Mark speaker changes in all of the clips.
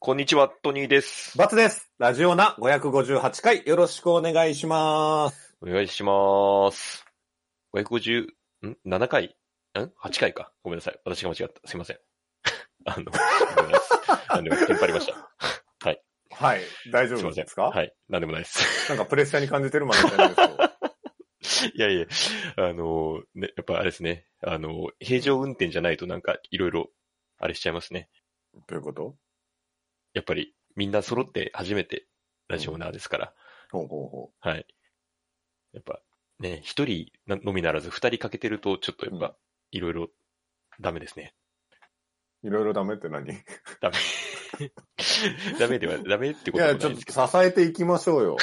Speaker 1: こんにちは、トニーです。
Speaker 2: バツです。ラジオナ558回、よろしくお願いします。
Speaker 1: お願いします。550、ん ?7 回ん ?8 回か。ごめんなさい。私が間違った。すいません。 あの、ごめんなさい。なんで も、テンパりました。
Speaker 2: はい。大丈
Speaker 1: すい
Speaker 2: 夫
Speaker 1: ません。
Speaker 2: ですか
Speaker 1: はい。なんでもないです。
Speaker 2: なんかプレッシャーに感じてるまでじゃないですよ。
Speaker 1: いやいや、あの、ね、やっぱあれですね。あの、平常運転じゃないとなんか、いろいろ、あれしちゃいますね。
Speaker 2: どういうこと
Speaker 1: やっぱり、みんな揃って初めて、ラジオナーですから。
Speaker 2: ほうほうほ
Speaker 1: はい。やっぱ、ね、一人なのみならず二人欠けてると、ちょっとやっ
Speaker 2: うん
Speaker 1: ぱ、いろいろダメですね。
Speaker 2: う。いろいろダメって何い
Speaker 1: ダメ。ダメで は、ダメってことはな
Speaker 2: や、
Speaker 1: い
Speaker 2: ちょっ
Speaker 1: です
Speaker 2: と
Speaker 1: け
Speaker 2: 支えていきましょ うよ。
Speaker 1: ど。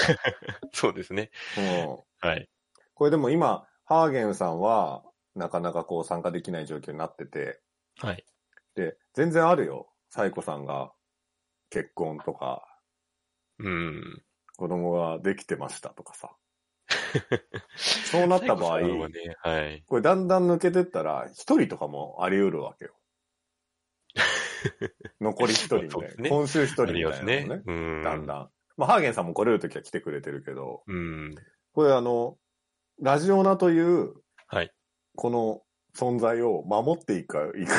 Speaker 1: そうですね。
Speaker 2: うん。
Speaker 1: はい。
Speaker 2: これでも今、ハーゲンさんは、なかなかこう参加できない状況になってて、
Speaker 1: はい。
Speaker 2: で、全然あるよ。サイコさんが、結婚とか、
Speaker 1: うん。
Speaker 2: 子供ができてましたとか さ。そうなった場合
Speaker 1: 最後はね、はい。
Speaker 2: これだんだん抜けてったら、一人とかもあり得る わけよ。残り一人みた
Speaker 1: そ
Speaker 2: いうな。
Speaker 1: ですね
Speaker 2: 今週一人
Speaker 1: あ
Speaker 2: みたい
Speaker 1: り
Speaker 2: な
Speaker 1: ま
Speaker 2: の
Speaker 1: す
Speaker 2: ね
Speaker 1: ね。うん。
Speaker 2: だんだん。まあ、ハーゲンさんも来れるときは来てくれてるけど、
Speaker 1: うん。
Speaker 2: これあの、ラジオナという、
Speaker 1: はい。
Speaker 2: この存在を守っていく、いく。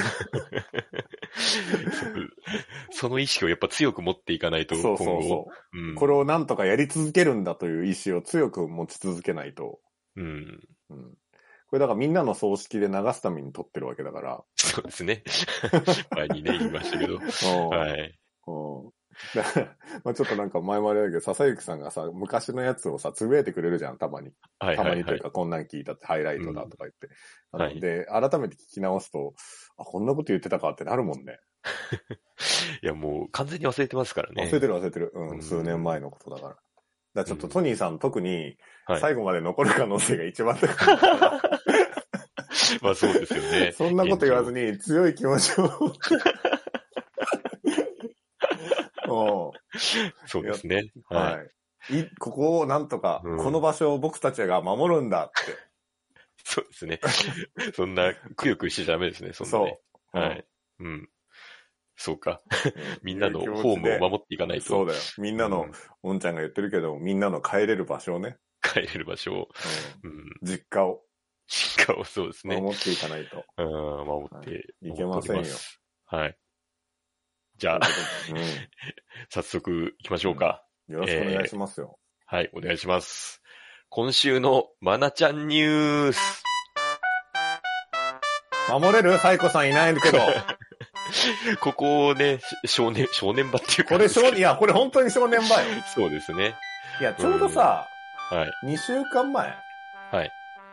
Speaker 1: その意識をやっぱ強く持っていかないと、
Speaker 2: そ
Speaker 1: 今
Speaker 2: う
Speaker 1: 後。
Speaker 2: そうそうう。
Speaker 1: ん、
Speaker 2: これをなんとかやり続けるんだという意志を強く持ち続けないと。
Speaker 1: うん。
Speaker 2: うん。これだからみんなの葬式で流すために撮ってるわけだから。
Speaker 1: そうですね。 前にね、言いましたけ ど。
Speaker 2: うん
Speaker 1: はい。
Speaker 2: うんだから まあちょっとなんか前もあれだけど、笹幸さんがさ、昔のやつをさ、つぶやいてくれるじゃん、たまに。
Speaker 1: はい
Speaker 2: た
Speaker 1: は
Speaker 2: ま
Speaker 1: い
Speaker 2: にと。
Speaker 1: はいいう
Speaker 2: か、こんなん聞いたってハイライトだとか言って。
Speaker 1: うん
Speaker 2: あの
Speaker 1: はい
Speaker 2: で、改めて聞き直すと、あ、こんなこと言ってたかってなるもんね。
Speaker 1: いや、もう完全に忘れてますからね。
Speaker 2: 忘れてる忘れてる。う、
Speaker 1: うんん
Speaker 2: 数年前のことだから。だからちょっと
Speaker 1: うん
Speaker 2: トニーさん、特に
Speaker 1: はい
Speaker 2: 最後まで残る可能性が一 番高い。
Speaker 1: まあそうですよね。
Speaker 2: そんなこと言わずに強い気持ち を。うん
Speaker 1: そうですね。はい。
Speaker 2: はい。い、ここをなんとか、
Speaker 1: うん
Speaker 2: この場所を僕たちが守るんだっ
Speaker 1: そうですね。 そんな、くよくよしちゃダメです ね、そん
Speaker 2: て。
Speaker 1: な
Speaker 2: そ
Speaker 1: ね。
Speaker 2: う。
Speaker 1: はい。うん。そうか。
Speaker 2: うん。
Speaker 1: みんなの
Speaker 2: いう
Speaker 1: ホ
Speaker 2: 気持ち
Speaker 1: ーム
Speaker 2: で
Speaker 1: を守っていかないと。
Speaker 2: そうだよ。みんなの、おんちゃんが言ってるけど、みんなの帰れる場所をね、
Speaker 1: 帰れる場所を、うん。
Speaker 2: うん実家を
Speaker 1: 進化をそうです ね。
Speaker 2: 守っていかないと。
Speaker 1: うん、守って、
Speaker 2: いけません
Speaker 1: 守って
Speaker 2: よ
Speaker 1: おりす。はい。じゃあ、
Speaker 2: うん
Speaker 1: 早速行きましょうか。
Speaker 2: よろしくお願いしますよ。
Speaker 1: はい、お願いします。今週のまなちゃんニュース。
Speaker 2: 守れるサイコさんいない けど、
Speaker 1: ここをね、少年、少年場っていうか。
Speaker 2: これ少、いや、これ本当に少年場よ。
Speaker 1: そうですね。
Speaker 2: いや、ちょうどさ、
Speaker 1: はい。
Speaker 2: 2週間前。
Speaker 1: はい。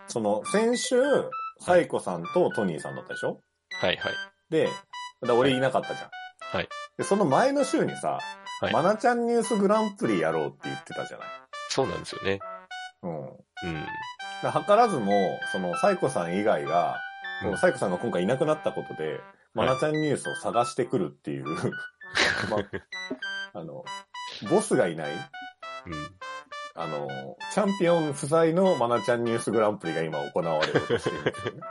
Speaker 2: その、先週、サイコさんとトニーさんだったでしょ、
Speaker 1: はいはい。
Speaker 2: で、だから俺いなかったじゃん。
Speaker 1: はい。
Speaker 2: で、その前の週にさ、
Speaker 1: はい
Speaker 2: マナちゃんニュースグランプリやろうって言ってたじゃない。
Speaker 1: そうなんですよね。
Speaker 2: うん。だ
Speaker 1: うん。
Speaker 2: から図らずも、その、サイコさん以外が、
Speaker 1: うん
Speaker 2: もうサイコさんが今回いなくなったことで、マナちゃんニュースを探してくるっ ていう、まあ、あの、ボスがいない、
Speaker 1: うん。
Speaker 2: あの、チャンピオン不在のマナちゃんニュースグランプリが今行われる としてるんですよね。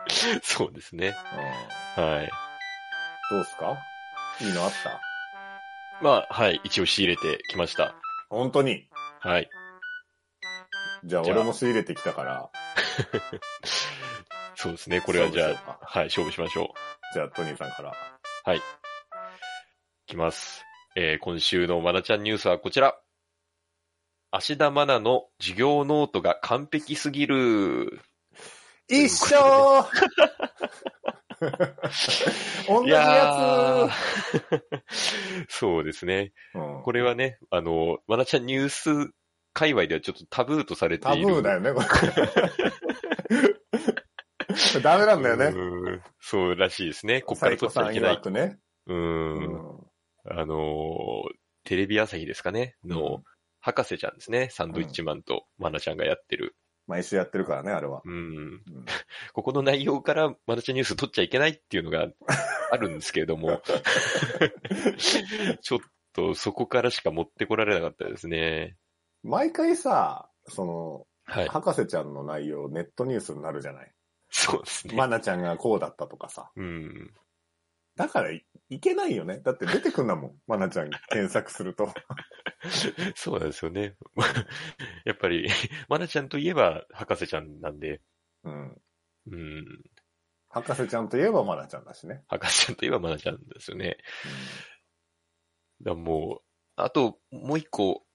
Speaker 1: そうですね。
Speaker 2: うん
Speaker 1: はい。
Speaker 2: どうすかいいのあった
Speaker 1: まあ、はい。一応仕入れてきました。
Speaker 2: 本当に。
Speaker 1: はい。
Speaker 2: じゃあ
Speaker 1: じゃあ
Speaker 2: 俺も仕入れてきたから、
Speaker 1: そうですね。これはじ
Speaker 2: 勝
Speaker 1: ゃ
Speaker 2: 負しよう
Speaker 1: あ、はい。勝負しましょう。い
Speaker 2: じゃあトニーさんから。
Speaker 1: きます。えー今週のまなちゃんニュースはこちら。芦田愛菜の授業ノートが完璧すぎる。
Speaker 2: 一 緒同じや
Speaker 1: ー そうですね。
Speaker 2: つ、うん
Speaker 1: これはね、あの、まなちゃんニュース界隈ではちょっとタブーとされて
Speaker 2: タ
Speaker 1: い
Speaker 2: ブ
Speaker 1: る。
Speaker 2: ーだよ ね、これ。ダメなんだよね。
Speaker 1: ね。そうらしいですね。こっか
Speaker 2: サ
Speaker 1: ら
Speaker 2: イコ
Speaker 1: 取っちゃ
Speaker 2: さん
Speaker 1: いけない
Speaker 2: 曰。くね。
Speaker 1: う。
Speaker 2: うんん
Speaker 1: あのーテレビ朝日ですかねの、
Speaker 2: うん
Speaker 1: 博士ちゃんですね。サンドイッチマンとマナちゃんがやってる。
Speaker 2: 毎週やってるからね、あれは。
Speaker 1: うん。
Speaker 2: うん
Speaker 1: ここの内容からマナちゃんニュース取っちゃいけないっていうのがあるんですけれども、ちょっとそこからしか持ってこられなかったですね。
Speaker 2: 毎回さ、その、
Speaker 1: はい。
Speaker 2: 博士ちゃんの内容、ネットニュースになるじゃない。
Speaker 1: そうですね。
Speaker 2: マナちゃんがこうだったとかさ。
Speaker 1: うん。
Speaker 2: だからい、いけないよね。だって出てくんだもん。まなちゃん検索すると。
Speaker 1: そうなんですよね。 やっぱり、まなちゃんといえば博士ちゃんなんで、
Speaker 2: うん。
Speaker 1: うん、
Speaker 2: 博士ちゃんといえばまなちゃんだしね。
Speaker 1: 博士ちゃんといえばまなちゃんですよね。だからもう、あと、もう一個、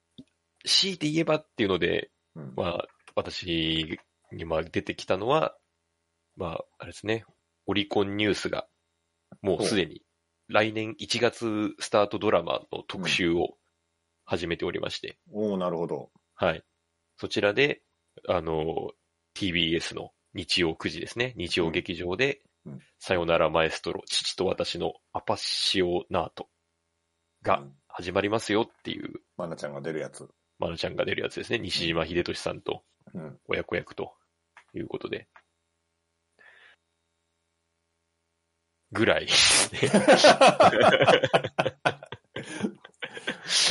Speaker 1: 強いて言えばっていうので、
Speaker 2: うん。うん
Speaker 1: まあ、私にまあ出てきたのは、まあ、あれですね、オリコンニュースが、もうすでに来年1月スタートドラマの特集を始めておりまして、
Speaker 2: おおなるほど。
Speaker 1: はい。そちらで、あの、TBS の日曜9時ですね、日曜劇場で、
Speaker 2: うんうん
Speaker 1: さよならマエストロ、父と私のアパシオナートが
Speaker 2: うん、
Speaker 1: 始まりますよっていう、
Speaker 2: まなちゃんが出るやつ。
Speaker 1: まなちゃんが出るやつですね。西島秀俊さんと
Speaker 2: うん。
Speaker 1: 親子役ということで。ぐらいですね。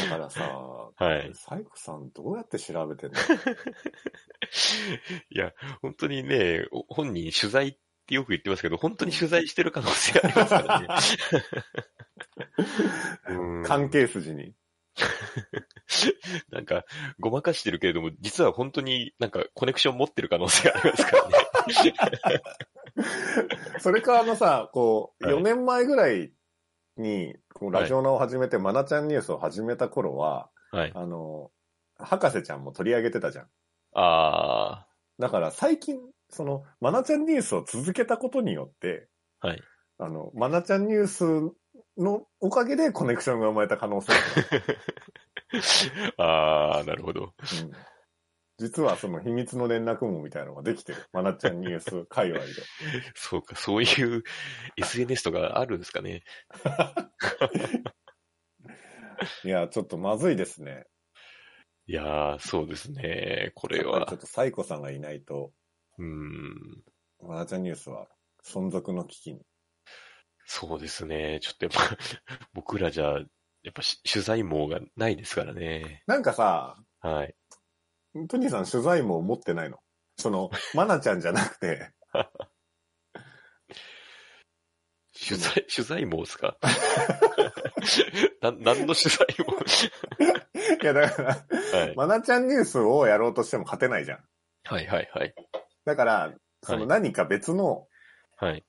Speaker 2: だからさ、
Speaker 1: はい。
Speaker 2: サイコさんどうやって調べてんの
Speaker 1: いや、本当にね、お本人取材ってよく言ってますけど、本当に取材してる可能性ありますからね。 うん
Speaker 2: 関係筋に。
Speaker 1: なんか、ごまかしてるけれども、実は本当になんかコネクション持ってる可能性ありますからね。
Speaker 2: それかあのさ、こう、
Speaker 1: はい
Speaker 2: 4年前ぐらいに、こう
Speaker 1: はい
Speaker 2: ラジオナを始めて、まなちゃんニュースを始めた頃は、
Speaker 1: はい。
Speaker 2: あの、博士ちゃんも取り上げてたじゃん。
Speaker 1: あ
Speaker 2: だから最近、その、まなちゃんニュースを続けたことによって、
Speaker 1: ー、はい。
Speaker 2: あの、まなちゃんニュースのおかげでコネクションが生まれた可能性。
Speaker 1: あー、なるほど。
Speaker 2: うん実はその秘密の連絡網みたいなのができてる。まなちゃんニュース界 隈で。
Speaker 1: そうか、そういう SNS とかあるんですかね。
Speaker 2: いや、ちょっとまずいですね。
Speaker 1: いやー、そうですね。これ
Speaker 2: やっぱりちょ
Speaker 1: は
Speaker 2: っ。とサイコさんがいないと、
Speaker 1: うん。
Speaker 2: まなちゃんニュースは存続の危機に。
Speaker 1: そうですね。ちょっとやっぱ、 僕らじゃ、やっぱし取材網がないですからね。
Speaker 2: なんかさ、
Speaker 1: はい。
Speaker 2: トニーさん取材網持ってないのその、まなちゃんじゃなくて、
Speaker 1: 取材、取材網ですか な何の取材
Speaker 2: いやだから、
Speaker 1: 網、 はい、
Speaker 2: まなちゃんニュースをやろうとしても勝てないじゃん。
Speaker 1: はいはいはい。
Speaker 2: だから、その何か別の、
Speaker 1: はい。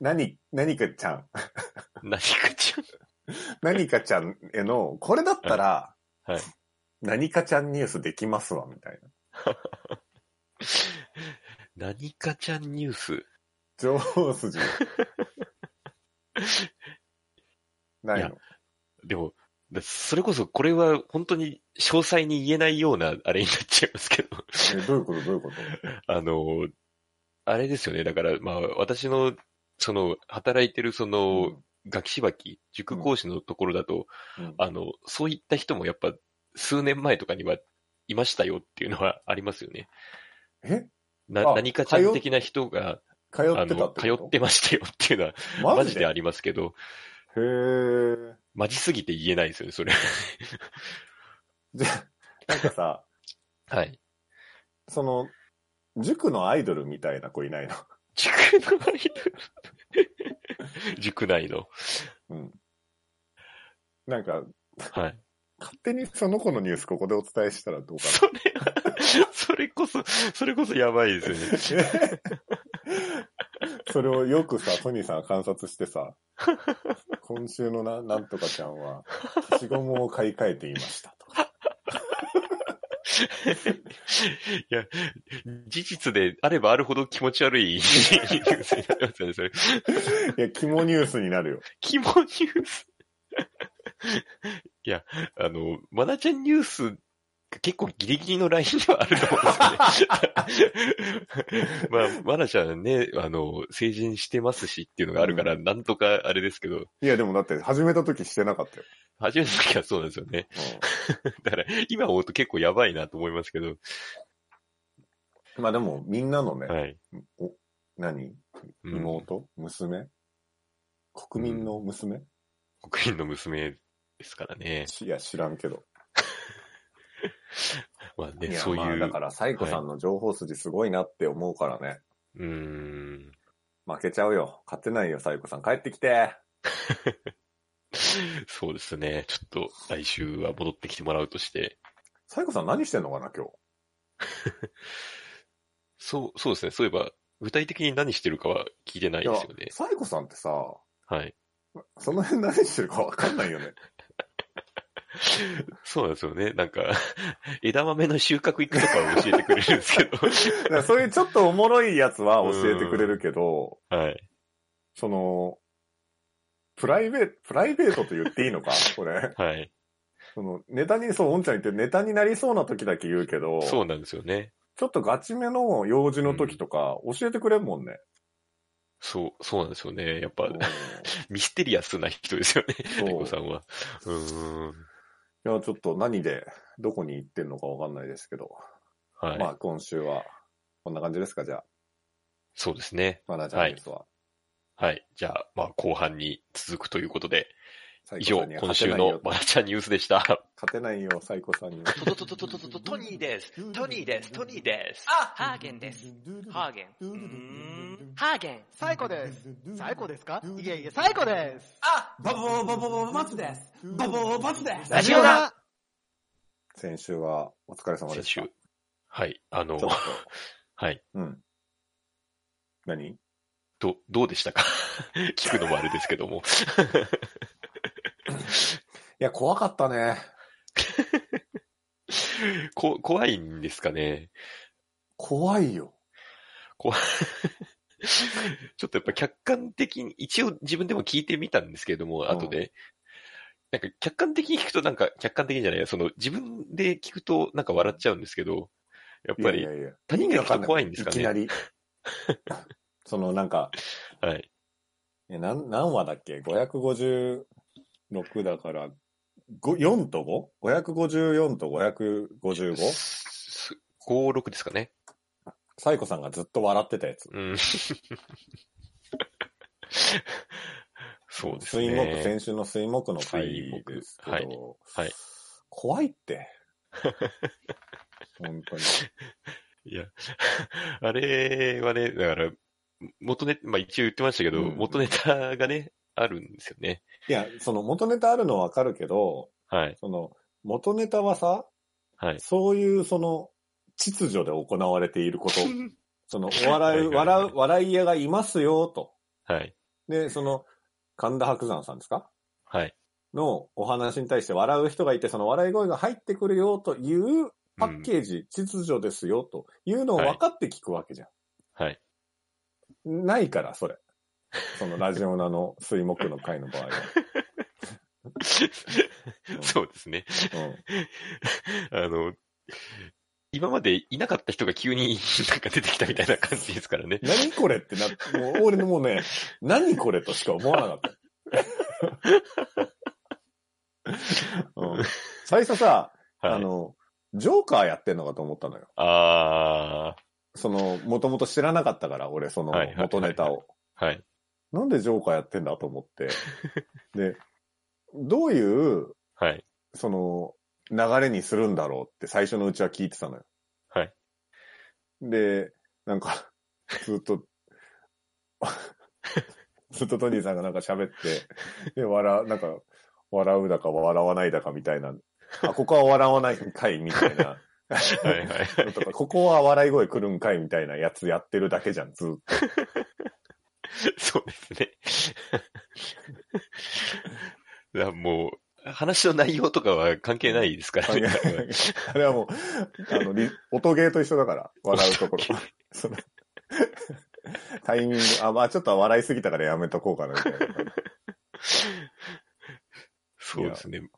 Speaker 2: 何、何かちゃん、
Speaker 1: 何かちゃん。
Speaker 2: 何かちゃんへの、これだったら、
Speaker 1: はいはい
Speaker 2: 何かちゃんニュースできますわ、みたいな。
Speaker 1: 何かちゃんニュース。
Speaker 2: 情報 筋。ない
Speaker 1: い
Speaker 2: の。
Speaker 1: でも、だそれこそこれは本当に詳細に言えないようなあれになっちゃいますけど。
Speaker 2: えどういうことどういうこと
Speaker 1: あの、あれですよね。だから、まあ、私の、その、働いてる、その、楽器しばき、塾講師のところだと、
Speaker 2: うん
Speaker 1: あの、そういった人もやっぱ、数年前とかには、いましたよっていうのはありますよね。
Speaker 2: え
Speaker 1: な、
Speaker 2: あ
Speaker 1: 何かちゃん的な人が、
Speaker 2: 通
Speaker 1: あ
Speaker 2: ってた
Speaker 1: の、
Speaker 2: ってこと
Speaker 1: 通ってましたよっていうのは、マ
Speaker 2: マ
Speaker 1: ジ
Speaker 2: ジ
Speaker 1: で
Speaker 2: で
Speaker 1: ありますけど、
Speaker 2: へー。
Speaker 1: マジすぎて言えないですよね、それ。
Speaker 2: じゃあ、なんかさ、
Speaker 1: はい。
Speaker 2: その、塾のアイドルみたいな子いないの
Speaker 1: 塾のアイドル塾内の。
Speaker 2: うん。なんか、
Speaker 1: はい。
Speaker 2: 勝手にその子のニュースここでお伝えしたらどうか
Speaker 1: それは、それこそ、それこそやばいですよね。
Speaker 2: な。それをよくさ、トニーさんが観察し てさ、今週のな、なんとかちゃんは、消しゴムを買い替えていましたとか。
Speaker 1: いや、事実であればあるほど気持ち 悪いニュースになりますよね、それ。
Speaker 2: いや、肝ニュースになるよ。
Speaker 1: 肝ニュース。 いや、あの、マナちゃんニュース、結構ギリギリのラインではあると思うんですよね。 まあ、マナちゃんね、あの、成人してますしっていうのがあるから、なんとかあれですけど、
Speaker 2: いや、でもだって始めた時してなかったよ。
Speaker 1: 初めての時はそうなんですよね。だから、今思うと結構やばいなと思いますけど、
Speaker 2: うんまあでも、みんなのね、
Speaker 1: はい。
Speaker 2: お、何
Speaker 1: うん
Speaker 2: 妹、娘国民の娘、
Speaker 1: 国民の娘ですからね。
Speaker 2: いや、知らんけど。
Speaker 1: まあね、
Speaker 2: や
Speaker 1: そう
Speaker 2: まあ
Speaker 1: い
Speaker 2: だ
Speaker 1: う
Speaker 2: か。ら、サイコさんの情報筋すごいなって思うからね。
Speaker 1: うーん。
Speaker 2: 負けちゃうよ。勝てないよ、サイコさん。帰ってきて。
Speaker 1: そうですね。ちょっと来週は戻ってきてもらうとして。
Speaker 2: サイコさん何してんのかな、今日。
Speaker 1: そう、そうですね。そういえば、具体的に何してるかは聞いてないですよね。
Speaker 2: サイコさんってさ、
Speaker 1: はい。
Speaker 2: その辺何してるかわかんないよね。
Speaker 1: そうなんですよね。なんか、 枝豆の収穫行くとかは教えてくれるんですけど。
Speaker 2: だ からそういうちょっとおもろいやつは教えてくれるけど、
Speaker 1: はい。
Speaker 2: その、プライベート、プライベートと言っていい のかこれ。
Speaker 1: はい。
Speaker 2: その、ネタに、そう、おんちゃん言ってネタになりそうな時だけ言うけど、
Speaker 1: そうなんですよね。
Speaker 2: ちょっとガチめの用事の時とか教えてくれんもんね。
Speaker 1: そう、 そうなんですよね。やっぱ
Speaker 2: うん、
Speaker 1: ミステリアスな人ですよね。
Speaker 2: そう
Speaker 1: 猫さんは。うーん。
Speaker 2: いや、ちょっと何で、どこに行ってんのかわかんないですけど、
Speaker 1: はい。
Speaker 2: まあ今週は、こんな感じですか、じゃあ、
Speaker 1: そうですね。
Speaker 2: マナーちゃんのニュースは。
Speaker 1: はい。じゃあ、まあ、後半に続くということで、
Speaker 2: サイ
Speaker 1: 以
Speaker 2: コ
Speaker 1: 上
Speaker 2: さんに、
Speaker 1: 今
Speaker 2: は勝
Speaker 1: 週
Speaker 2: てないよ
Speaker 1: のマナちゃんニュースでした。
Speaker 2: 勝てないよ、サイコさんに。
Speaker 3: トトトトトトトトニーです。トニーです。トニーです。あ、ハーゲンです。ハーゲン。うーんハーゲン。
Speaker 4: 最高です。最高ですかいえいえ、最高です。
Speaker 3: あ、バボーバボーバツです。バボーバツです。
Speaker 4: ラジオだ
Speaker 2: 先週はお疲れ様で
Speaker 1: 先
Speaker 2: した。
Speaker 1: 週。はい。あの
Speaker 2: ちょ、 っ
Speaker 1: はい。
Speaker 2: と、うん。何
Speaker 1: ど、どうでしたか 聞くのもあれですけども。
Speaker 2: いや、怖かったね。
Speaker 1: こ、怖いんですかね。
Speaker 2: 怖いよ。
Speaker 1: 怖ちょっとやっぱ客観的に、一応自分でも聞いてみたんですけれども、後で。なんか客観的に聞くとなんか、客観的にじゃない、その自分で聞くとなんか笑っちゃうんですけど、やっぱ
Speaker 2: い
Speaker 1: り
Speaker 2: やいやいや
Speaker 1: 他人が聞くと怖いんですかね。
Speaker 2: いきな り。そのなんか、
Speaker 1: はい。
Speaker 2: いやなん何話だっけ ?556 だから、ご4と 5?554 と 555?
Speaker 1: す5、6ですかね。
Speaker 2: サイコさんがずっと笑ってたやつ。
Speaker 1: うん。 そうです
Speaker 2: 水木、
Speaker 1: ね。
Speaker 2: 先週の水木の回ですけど、
Speaker 1: 水はいはい
Speaker 2: 怖いって。本当に。
Speaker 1: いや、 あれはね、だから、元ネまあ一応言ってましたけど、
Speaker 2: うん
Speaker 1: 元ネタがね、あるんですよね。
Speaker 2: いや、その元ネタあるのはわかるけど、
Speaker 1: はい。
Speaker 2: その元ネタはさ、
Speaker 1: はい。
Speaker 2: そういうその秩序で行われていること、そのお笑い、
Speaker 1: はいはいはい
Speaker 2: 笑う、笑い屋がいますよと。
Speaker 1: はい。
Speaker 2: で、その神田伯山さんですか
Speaker 1: はい。
Speaker 2: のお話に対して笑う人がいて、その笑い声が入ってくるよというパ
Speaker 1: う
Speaker 2: ッ
Speaker 1: ん
Speaker 2: ケージ、秩序ですよというのを分かって聞くわけじゃん。
Speaker 1: はい。
Speaker 2: ないから、それ。そのラジオナの水木の回の 場合は。
Speaker 1: そうですね。あの、今までいなかった人が急になんか出てきたみたいな感じですからね
Speaker 2: う。ん、何これってなって、もう俺のもうね、何これとしか思わなかった。うん、最初さ、
Speaker 1: はい。
Speaker 2: あの、ジョーカーやってんのかと思ったのよ。
Speaker 1: あ
Speaker 2: その、もともと知らなかったから、俺、その
Speaker 1: はいはいはい
Speaker 2: 元ネタを。
Speaker 1: ーはい。
Speaker 2: なんでジョーカーやってんだと思って。で、どういう、
Speaker 1: はい。
Speaker 2: その、流れにするんだろうって最初のうちは聞いてたのよ。
Speaker 1: はい。
Speaker 2: で、なんか、ずっと、 ずっとトニーさんがなんか喋って、で、笑う、なんか、笑うだか笑わないだかみたいな、あ、ここは笑わないんかいみたいな、
Speaker 1: はい。はい。
Speaker 2: のとか、ここは笑い声来るんかいみたいなやつやってるだけじゃん、ずっと。
Speaker 1: そうです ね。いやもう、話の内容とかは関係ないですからね。
Speaker 2: あれはもう、あの、リ音ゲーと一緒だから、笑うところ。 その、タイミング、あ、まあちょっと笑いすぎたからやめとこうかな、みたいな。
Speaker 1: そうですね。
Speaker 2: うん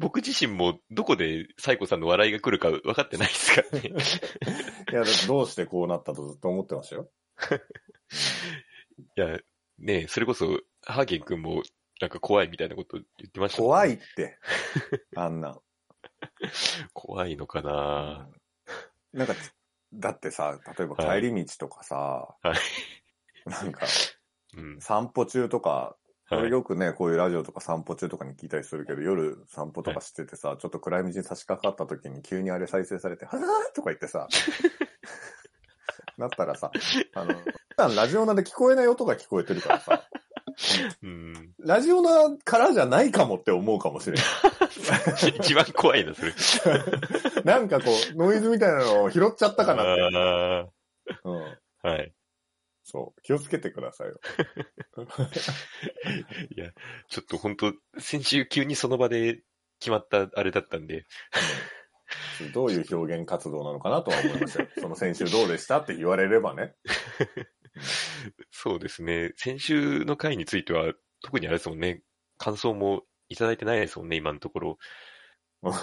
Speaker 1: 僕自身もどこでサイコさんの笑いが来るか分かってないですから ね。
Speaker 2: いや、だってどうしてこうなったとずっと思ってましたよ。
Speaker 1: いや、ねえそれこそ、ハーゲン君もなんか怖いみたいなこと言ってました、
Speaker 2: 怖い。って、あんなん。
Speaker 1: 怖いのかな
Speaker 2: なんか、だってさ、例えば帰り道とかさ、
Speaker 1: はい
Speaker 2: なんか、
Speaker 1: うん。
Speaker 2: 散歩中とか、
Speaker 1: はい。
Speaker 2: よくね、こういうラジオとか散歩中とかに聞いたりするけど、夜散歩とかしててさ、ちょっと暗い道に差し掛かった時に急にあれ再生されて、はぁーとか言ってさ、なったらさ、あの、普段ラジオナで聞こえない音が聞こえてるからさ、
Speaker 1: うん。
Speaker 2: ラジオナからじゃないかもって思うかもしれない。
Speaker 1: 一番怖いな、それ。
Speaker 2: なんかこう、ノイズみたいなのを拾っちゃったかなって。
Speaker 1: あ
Speaker 2: うん。
Speaker 1: ーはい。
Speaker 2: そう。気をつけてくださいよ。
Speaker 1: いや、ちょっと本当先週急にその場で決まったあれだったんで、
Speaker 2: どういう表現活動なのかなとは思いましたよ。その先週どうでしたって言われればね。
Speaker 1: そうですね。先週の回については、特にあれですもんね、感想もいただいてないですもんね、今のとこ ろ。
Speaker 2: う
Speaker 1: や
Speaker 2: ん
Speaker 1: っ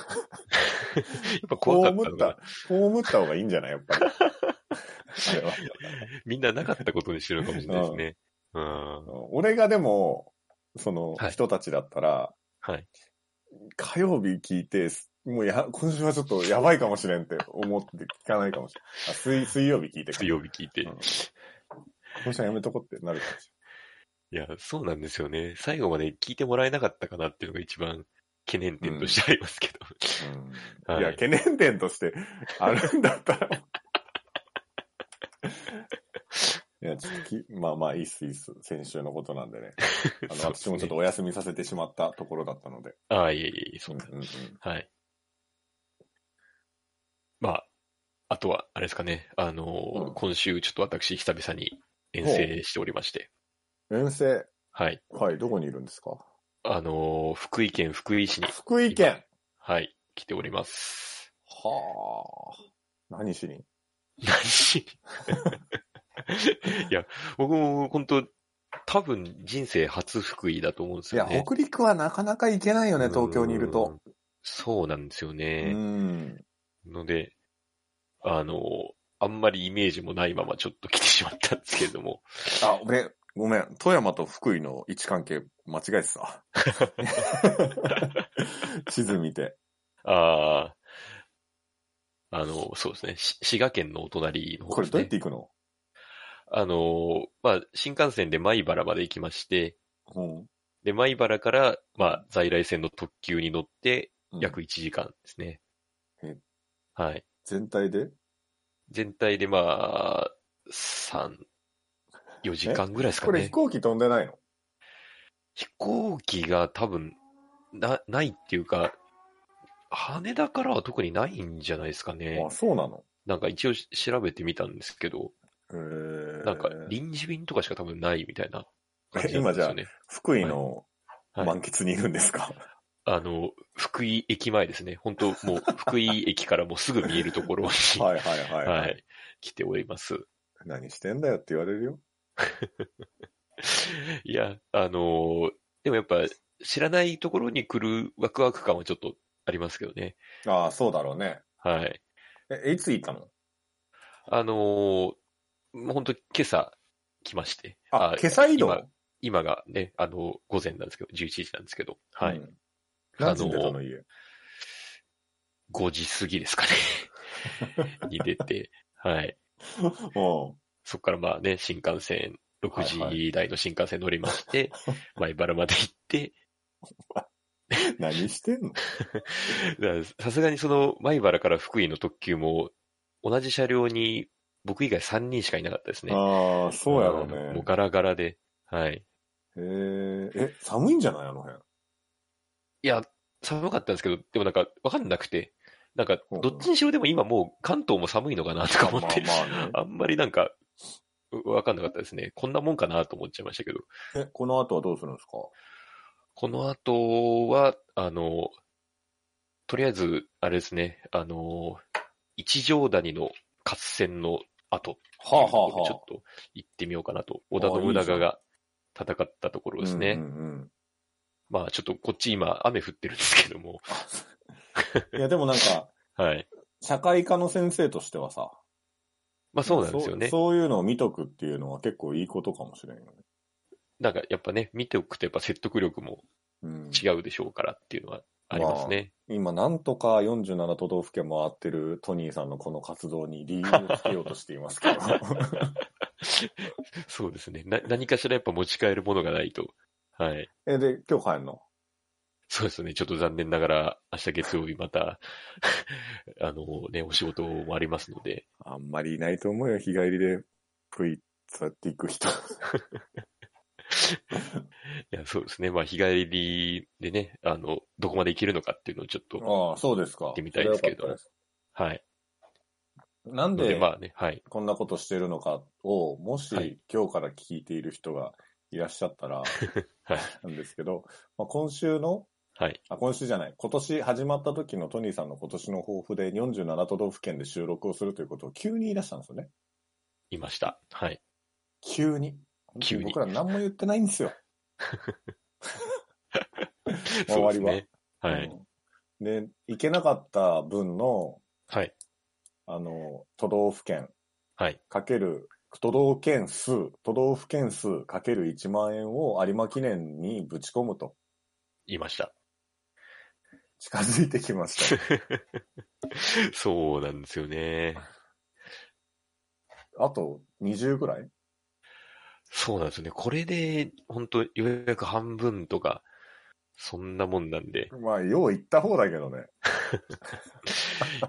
Speaker 1: ぱ怖かったの
Speaker 2: こう思っ
Speaker 1: が
Speaker 2: た、こう思った方がいいんじゃないやっ ぱり。あれは。
Speaker 1: みんななかったことにしてるのかもしれないですね。うん。
Speaker 2: 俺がでも、その
Speaker 1: はい
Speaker 2: 人たちだったら、
Speaker 1: はい。
Speaker 2: 火曜日聞いて、すもうや、今週はちょっとやばいかもしれんって思って聞かないかもしれん。あ、水、水曜日聞いてか
Speaker 1: 水曜日聞いて。
Speaker 2: うん今週はやめとこうってなるかもし
Speaker 1: いや、そうなんですよね。最後まで聞いてもらえなかったかなっていうのが一番懸念点としてありますけど。は
Speaker 2: れん。
Speaker 1: い
Speaker 2: いや、懸念点としてあるんだったら。いや、ちょっとき、まあまあ、いいっす、いいっす。先週のことなんでね。あの、
Speaker 1: そうです
Speaker 2: 私もちょっとお休みさせてしまったところだったので。
Speaker 1: ああ、いえいえいえ、そううんか。
Speaker 2: うんうん。
Speaker 1: はい。まあ、あとは、あれですかね。あのー、
Speaker 2: うん
Speaker 1: 今週、ちょっと私、久々に遠征しておりまして。
Speaker 2: 遠征、
Speaker 1: はい。
Speaker 2: はい、どこにいるんですか
Speaker 1: あのー、福井県福井市に、
Speaker 2: 福井県
Speaker 1: はい、来ており ます。
Speaker 2: はあ。何しに
Speaker 1: 何 しいや、僕も本当、多分人生初福井だと思うんです
Speaker 2: い
Speaker 1: よ
Speaker 2: や、
Speaker 1: ね。
Speaker 2: 北陸はなかなか行けないよね、東京にいる
Speaker 1: う
Speaker 2: と
Speaker 1: ん。。そうなんですよ
Speaker 2: う
Speaker 1: ね。
Speaker 2: ん。
Speaker 1: ので、あの、あんまりイメージもないままちょっと来てしまったんですけれども。
Speaker 2: あ、俺、ごめん。富山と福井の位置関係間違えて た。地図見て。
Speaker 1: ああ、あの、そうですね。し滋賀県のお隣の
Speaker 2: こ
Speaker 1: 方
Speaker 2: れ
Speaker 1: です
Speaker 2: どうやっ
Speaker 1: ね。
Speaker 2: て行くの
Speaker 1: あの、まあ、新幹線で米原まで行きまして、
Speaker 2: うん
Speaker 1: で、米原から、まあ、在来線の特急に乗って、約1時間ですね。
Speaker 2: うん
Speaker 1: はい。
Speaker 2: 全体で
Speaker 1: 全体でまあ、3、4時間ぐらいですかね。
Speaker 2: これ飛行機飛んでないの
Speaker 1: 飛行機が多分、な、ないっていうか、羽田からは特にないんじゃないですかね
Speaker 2: あ、。そうなの
Speaker 1: なんか一応し調べてみたんですけど、
Speaker 2: へー
Speaker 1: なんか臨時便とかしか多分ないみたいな感じ
Speaker 2: え
Speaker 1: なん
Speaker 2: 今
Speaker 1: です
Speaker 2: じゃあ
Speaker 1: よね。
Speaker 2: 福井の
Speaker 1: はい
Speaker 2: 満喫にいるんですか、
Speaker 1: あの、福井駅前ですね。本当もう福井駅からもうすぐ見えるところに、
Speaker 2: はい、はいはいはい。
Speaker 1: はい来ております。
Speaker 2: 何してんだよって言われるよ。
Speaker 1: いや、あのーでもやっぱ知らないところに来るワクワク感はちょっとありますけどね。
Speaker 2: ああ、そうだろうね。
Speaker 1: はい。
Speaker 2: え、いつ行ったの
Speaker 1: あのーもう本当今朝来まして。
Speaker 2: あ、今朝移動
Speaker 1: 今今がね、あの、午前なんですけど、11時なんですけど、はい。
Speaker 2: うん何時に出た
Speaker 1: あ
Speaker 2: の
Speaker 1: の
Speaker 2: 家。
Speaker 1: 5時過ぎですか ね。に出て、はい。
Speaker 2: うん。
Speaker 1: そこからまあね、新幹線、
Speaker 2: は
Speaker 1: 6
Speaker 2: い
Speaker 1: 時台の新幹線乗りまして、 前原まで行って、
Speaker 2: 何し てんの
Speaker 1: だからさすがにその前原から福井の特急も、同じ車両に僕以外3人しかいなかったですね。
Speaker 2: ああ、そうやろう
Speaker 1: あのも
Speaker 2: ね
Speaker 1: う。ガラガラで、はい。
Speaker 2: へええ、寒いんじゃないあの辺。
Speaker 1: いや、寒かったんですけど、でもなんかわかんなくて、なんか
Speaker 2: ほうほ
Speaker 1: ど
Speaker 2: う
Speaker 1: っちにしろでも今もう関東も寒いのかなとか思って、
Speaker 2: まあまあ
Speaker 1: あんまりなんか、うわかんなかったですね。こんなもんかなと思っちゃいましたけど。
Speaker 2: ね。え、この後はどうするんですか
Speaker 1: この後は、あの、とりあえず、あれですね、あの、一条谷の合戦の後、
Speaker 2: はあはあはあ。
Speaker 1: ちょっと行ってみようかなと。織田
Speaker 2: ああいい
Speaker 1: 信
Speaker 2: じゃ
Speaker 1: 長
Speaker 2: ん
Speaker 1: が戦ったところです
Speaker 2: うん
Speaker 1: ね。
Speaker 2: うん
Speaker 1: まあちょっとこっち今雨降ってるんですけど も。
Speaker 2: うん。いや、でもなんか、
Speaker 1: はい。
Speaker 2: 社会科の先生としてはさ。
Speaker 1: まあそうなんですよね。
Speaker 2: そうそういうのを見とくっていうのは結構いいことかもしれんよね。
Speaker 1: なんかやっぱね、見ておくとやっぱ説得力も
Speaker 2: うん、
Speaker 1: 違うでしょうからっていうのはありますね。
Speaker 2: 今、なんとか47都道府県回ってるトニーさんのこの活動に理由をつけようとしていますけど。
Speaker 1: そうですね。な、何かしらやっぱ持ち帰るものがないと。はい。
Speaker 2: え、で、今日帰んの
Speaker 1: そうですね。ちょっと残念ながら、明日月曜日また、 あのね、お仕事もありますので。
Speaker 2: あんまりいないと思うよ、日帰りで。福井そうやって行く人。
Speaker 1: いや、そうですね。まあ、日帰りでね、あの、どこまで行けるのかっていうのをちょっと、
Speaker 2: ああ、そうですか。行
Speaker 1: ってみたいですけどはい。
Speaker 2: なん
Speaker 1: ので、
Speaker 2: で、
Speaker 1: まあね、はい。
Speaker 2: こんなことしてるのかを、もし、
Speaker 1: はい
Speaker 2: 今日から聞いている人がいらっしゃったら、
Speaker 1: はい
Speaker 2: なんですけど、 まあ、今週の、
Speaker 1: はい。
Speaker 2: あ、今週じゃない、今年始まった時のトニーさんの今年の抱負で47都道府県で収録をするということを急に言い出したんですよね。
Speaker 1: いました。はい。
Speaker 2: 急に。
Speaker 1: 急に
Speaker 2: 僕ら何も言ってないんですよ。
Speaker 1: そ
Speaker 2: 周
Speaker 1: うで
Speaker 2: り
Speaker 1: す
Speaker 2: は。
Speaker 1: ね。はい。
Speaker 2: うんで、行けなかった分の、
Speaker 1: はい。
Speaker 2: あの、都道府県
Speaker 1: はい。
Speaker 2: かける、都道県数、都道府県数かける1万円を有馬記念にぶち込むと
Speaker 1: いました。
Speaker 2: 近づいてきました。
Speaker 1: そうなんですよね。
Speaker 2: あと20ぐらい
Speaker 1: そうなんですよね。これで、本当ようやく半分とか、そんなもんなんで。
Speaker 2: まあ、よう行った方だけどね。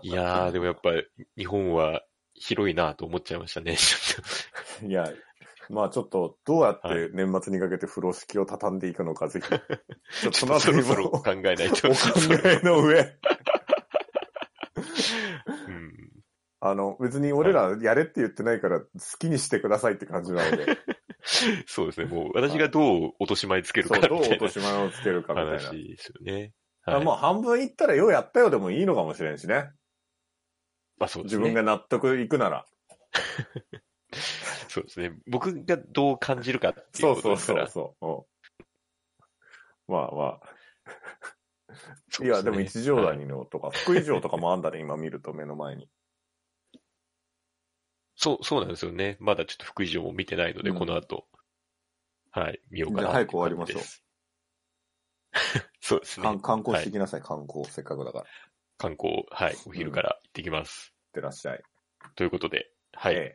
Speaker 1: いやー、でもやっぱ、日本は広いなと思っちゃいましたね。ちょっ
Speaker 2: いや、まあちょっと、どうやっ
Speaker 1: は
Speaker 2: て年末にかけて風呂敷を畳んでいくのか、ぜひ。ちょっと
Speaker 1: と
Speaker 2: そ
Speaker 1: ち
Speaker 2: の
Speaker 1: ょっとそろ
Speaker 2: 辺り
Speaker 1: そ
Speaker 2: も
Speaker 1: ろ
Speaker 2: お
Speaker 1: 考
Speaker 2: 考
Speaker 1: えないと。
Speaker 2: え の上。
Speaker 1: うん
Speaker 2: あの、別に俺らやれって言ってないから、好きにしてくださいって感じな ので。
Speaker 1: そうですね。もう、私がどう落とし前つける
Speaker 2: そ
Speaker 1: か
Speaker 2: う、
Speaker 1: みた
Speaker 2: どう落
Speaker 1: い
Speaker 2: と
Speaker 1: な
Speaker 2: し前をつけるかみたいな。
Speaker 1: 話ですよね。
Speaker 2: あ
Speaker 1: はい
Speaker 2: まあ、半分いったらようやったよでもいいのかもしれんしね。
Speaker 1: まあそうです
Speaker 2: 自
Speaker 1: ね。
Speaker 2: 分が納得いくなら。
Speaker 1: そうですね。僕がどう感じるかってい
Speaker 2: そうう
Speaker 1: こと
Speaker 2: そう
Speaker 1: ですか
Speaker 2: そ
Speaker 1: ら。
Speaker 2: うそう。うんまあまあ。い
Speaker 1: そう
Speaker 2: や、
Speaker 1: すね
Speaker 2: でも一条
Speaker 1: はい
Speaker 2: 谷のとか、福井城とかもあんだね、今見ると目の前に。
Speaker 1: そう、そうなんですよね。まだちょっと福井城も見てないので、
Speaker 2: うん
Speaker 1: この後。はい、見ようか
Speaker 2: じ
Speaker 1: な
Speaker 2: ゃあ早く終わりましょう
Speaker 1: う。 そうですね
Speaker 2: 観。観光して
Speaker 1: はい
Speaker 2: きなさい、観光。せっかくだから。いっ
Speaker 1: 観光、はい、お昼から行ってきます。
Speaker 2: てらっしゃい。
Speaker 1: ということで、はい、
Speaker 2: え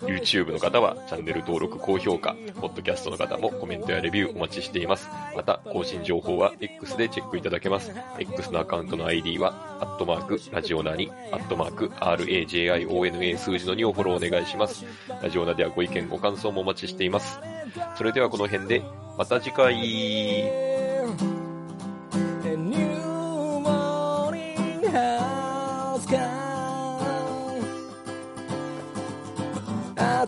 Speaker 1: えー、YouTube の方はチャンネル登録、高評価、Podcast の方もコメントやレビューお待ちしています。また、更新情報は X でチェックいただけます。X のアカウントの ID は、アットマーク、ラジオナに、アットマーク、RAJIONA 数字の2をフォローお願いします。ラジオナではご意見、ご感想もお待ちしています。それではこの辺で、また次回。
Speaker 5: A new morning has come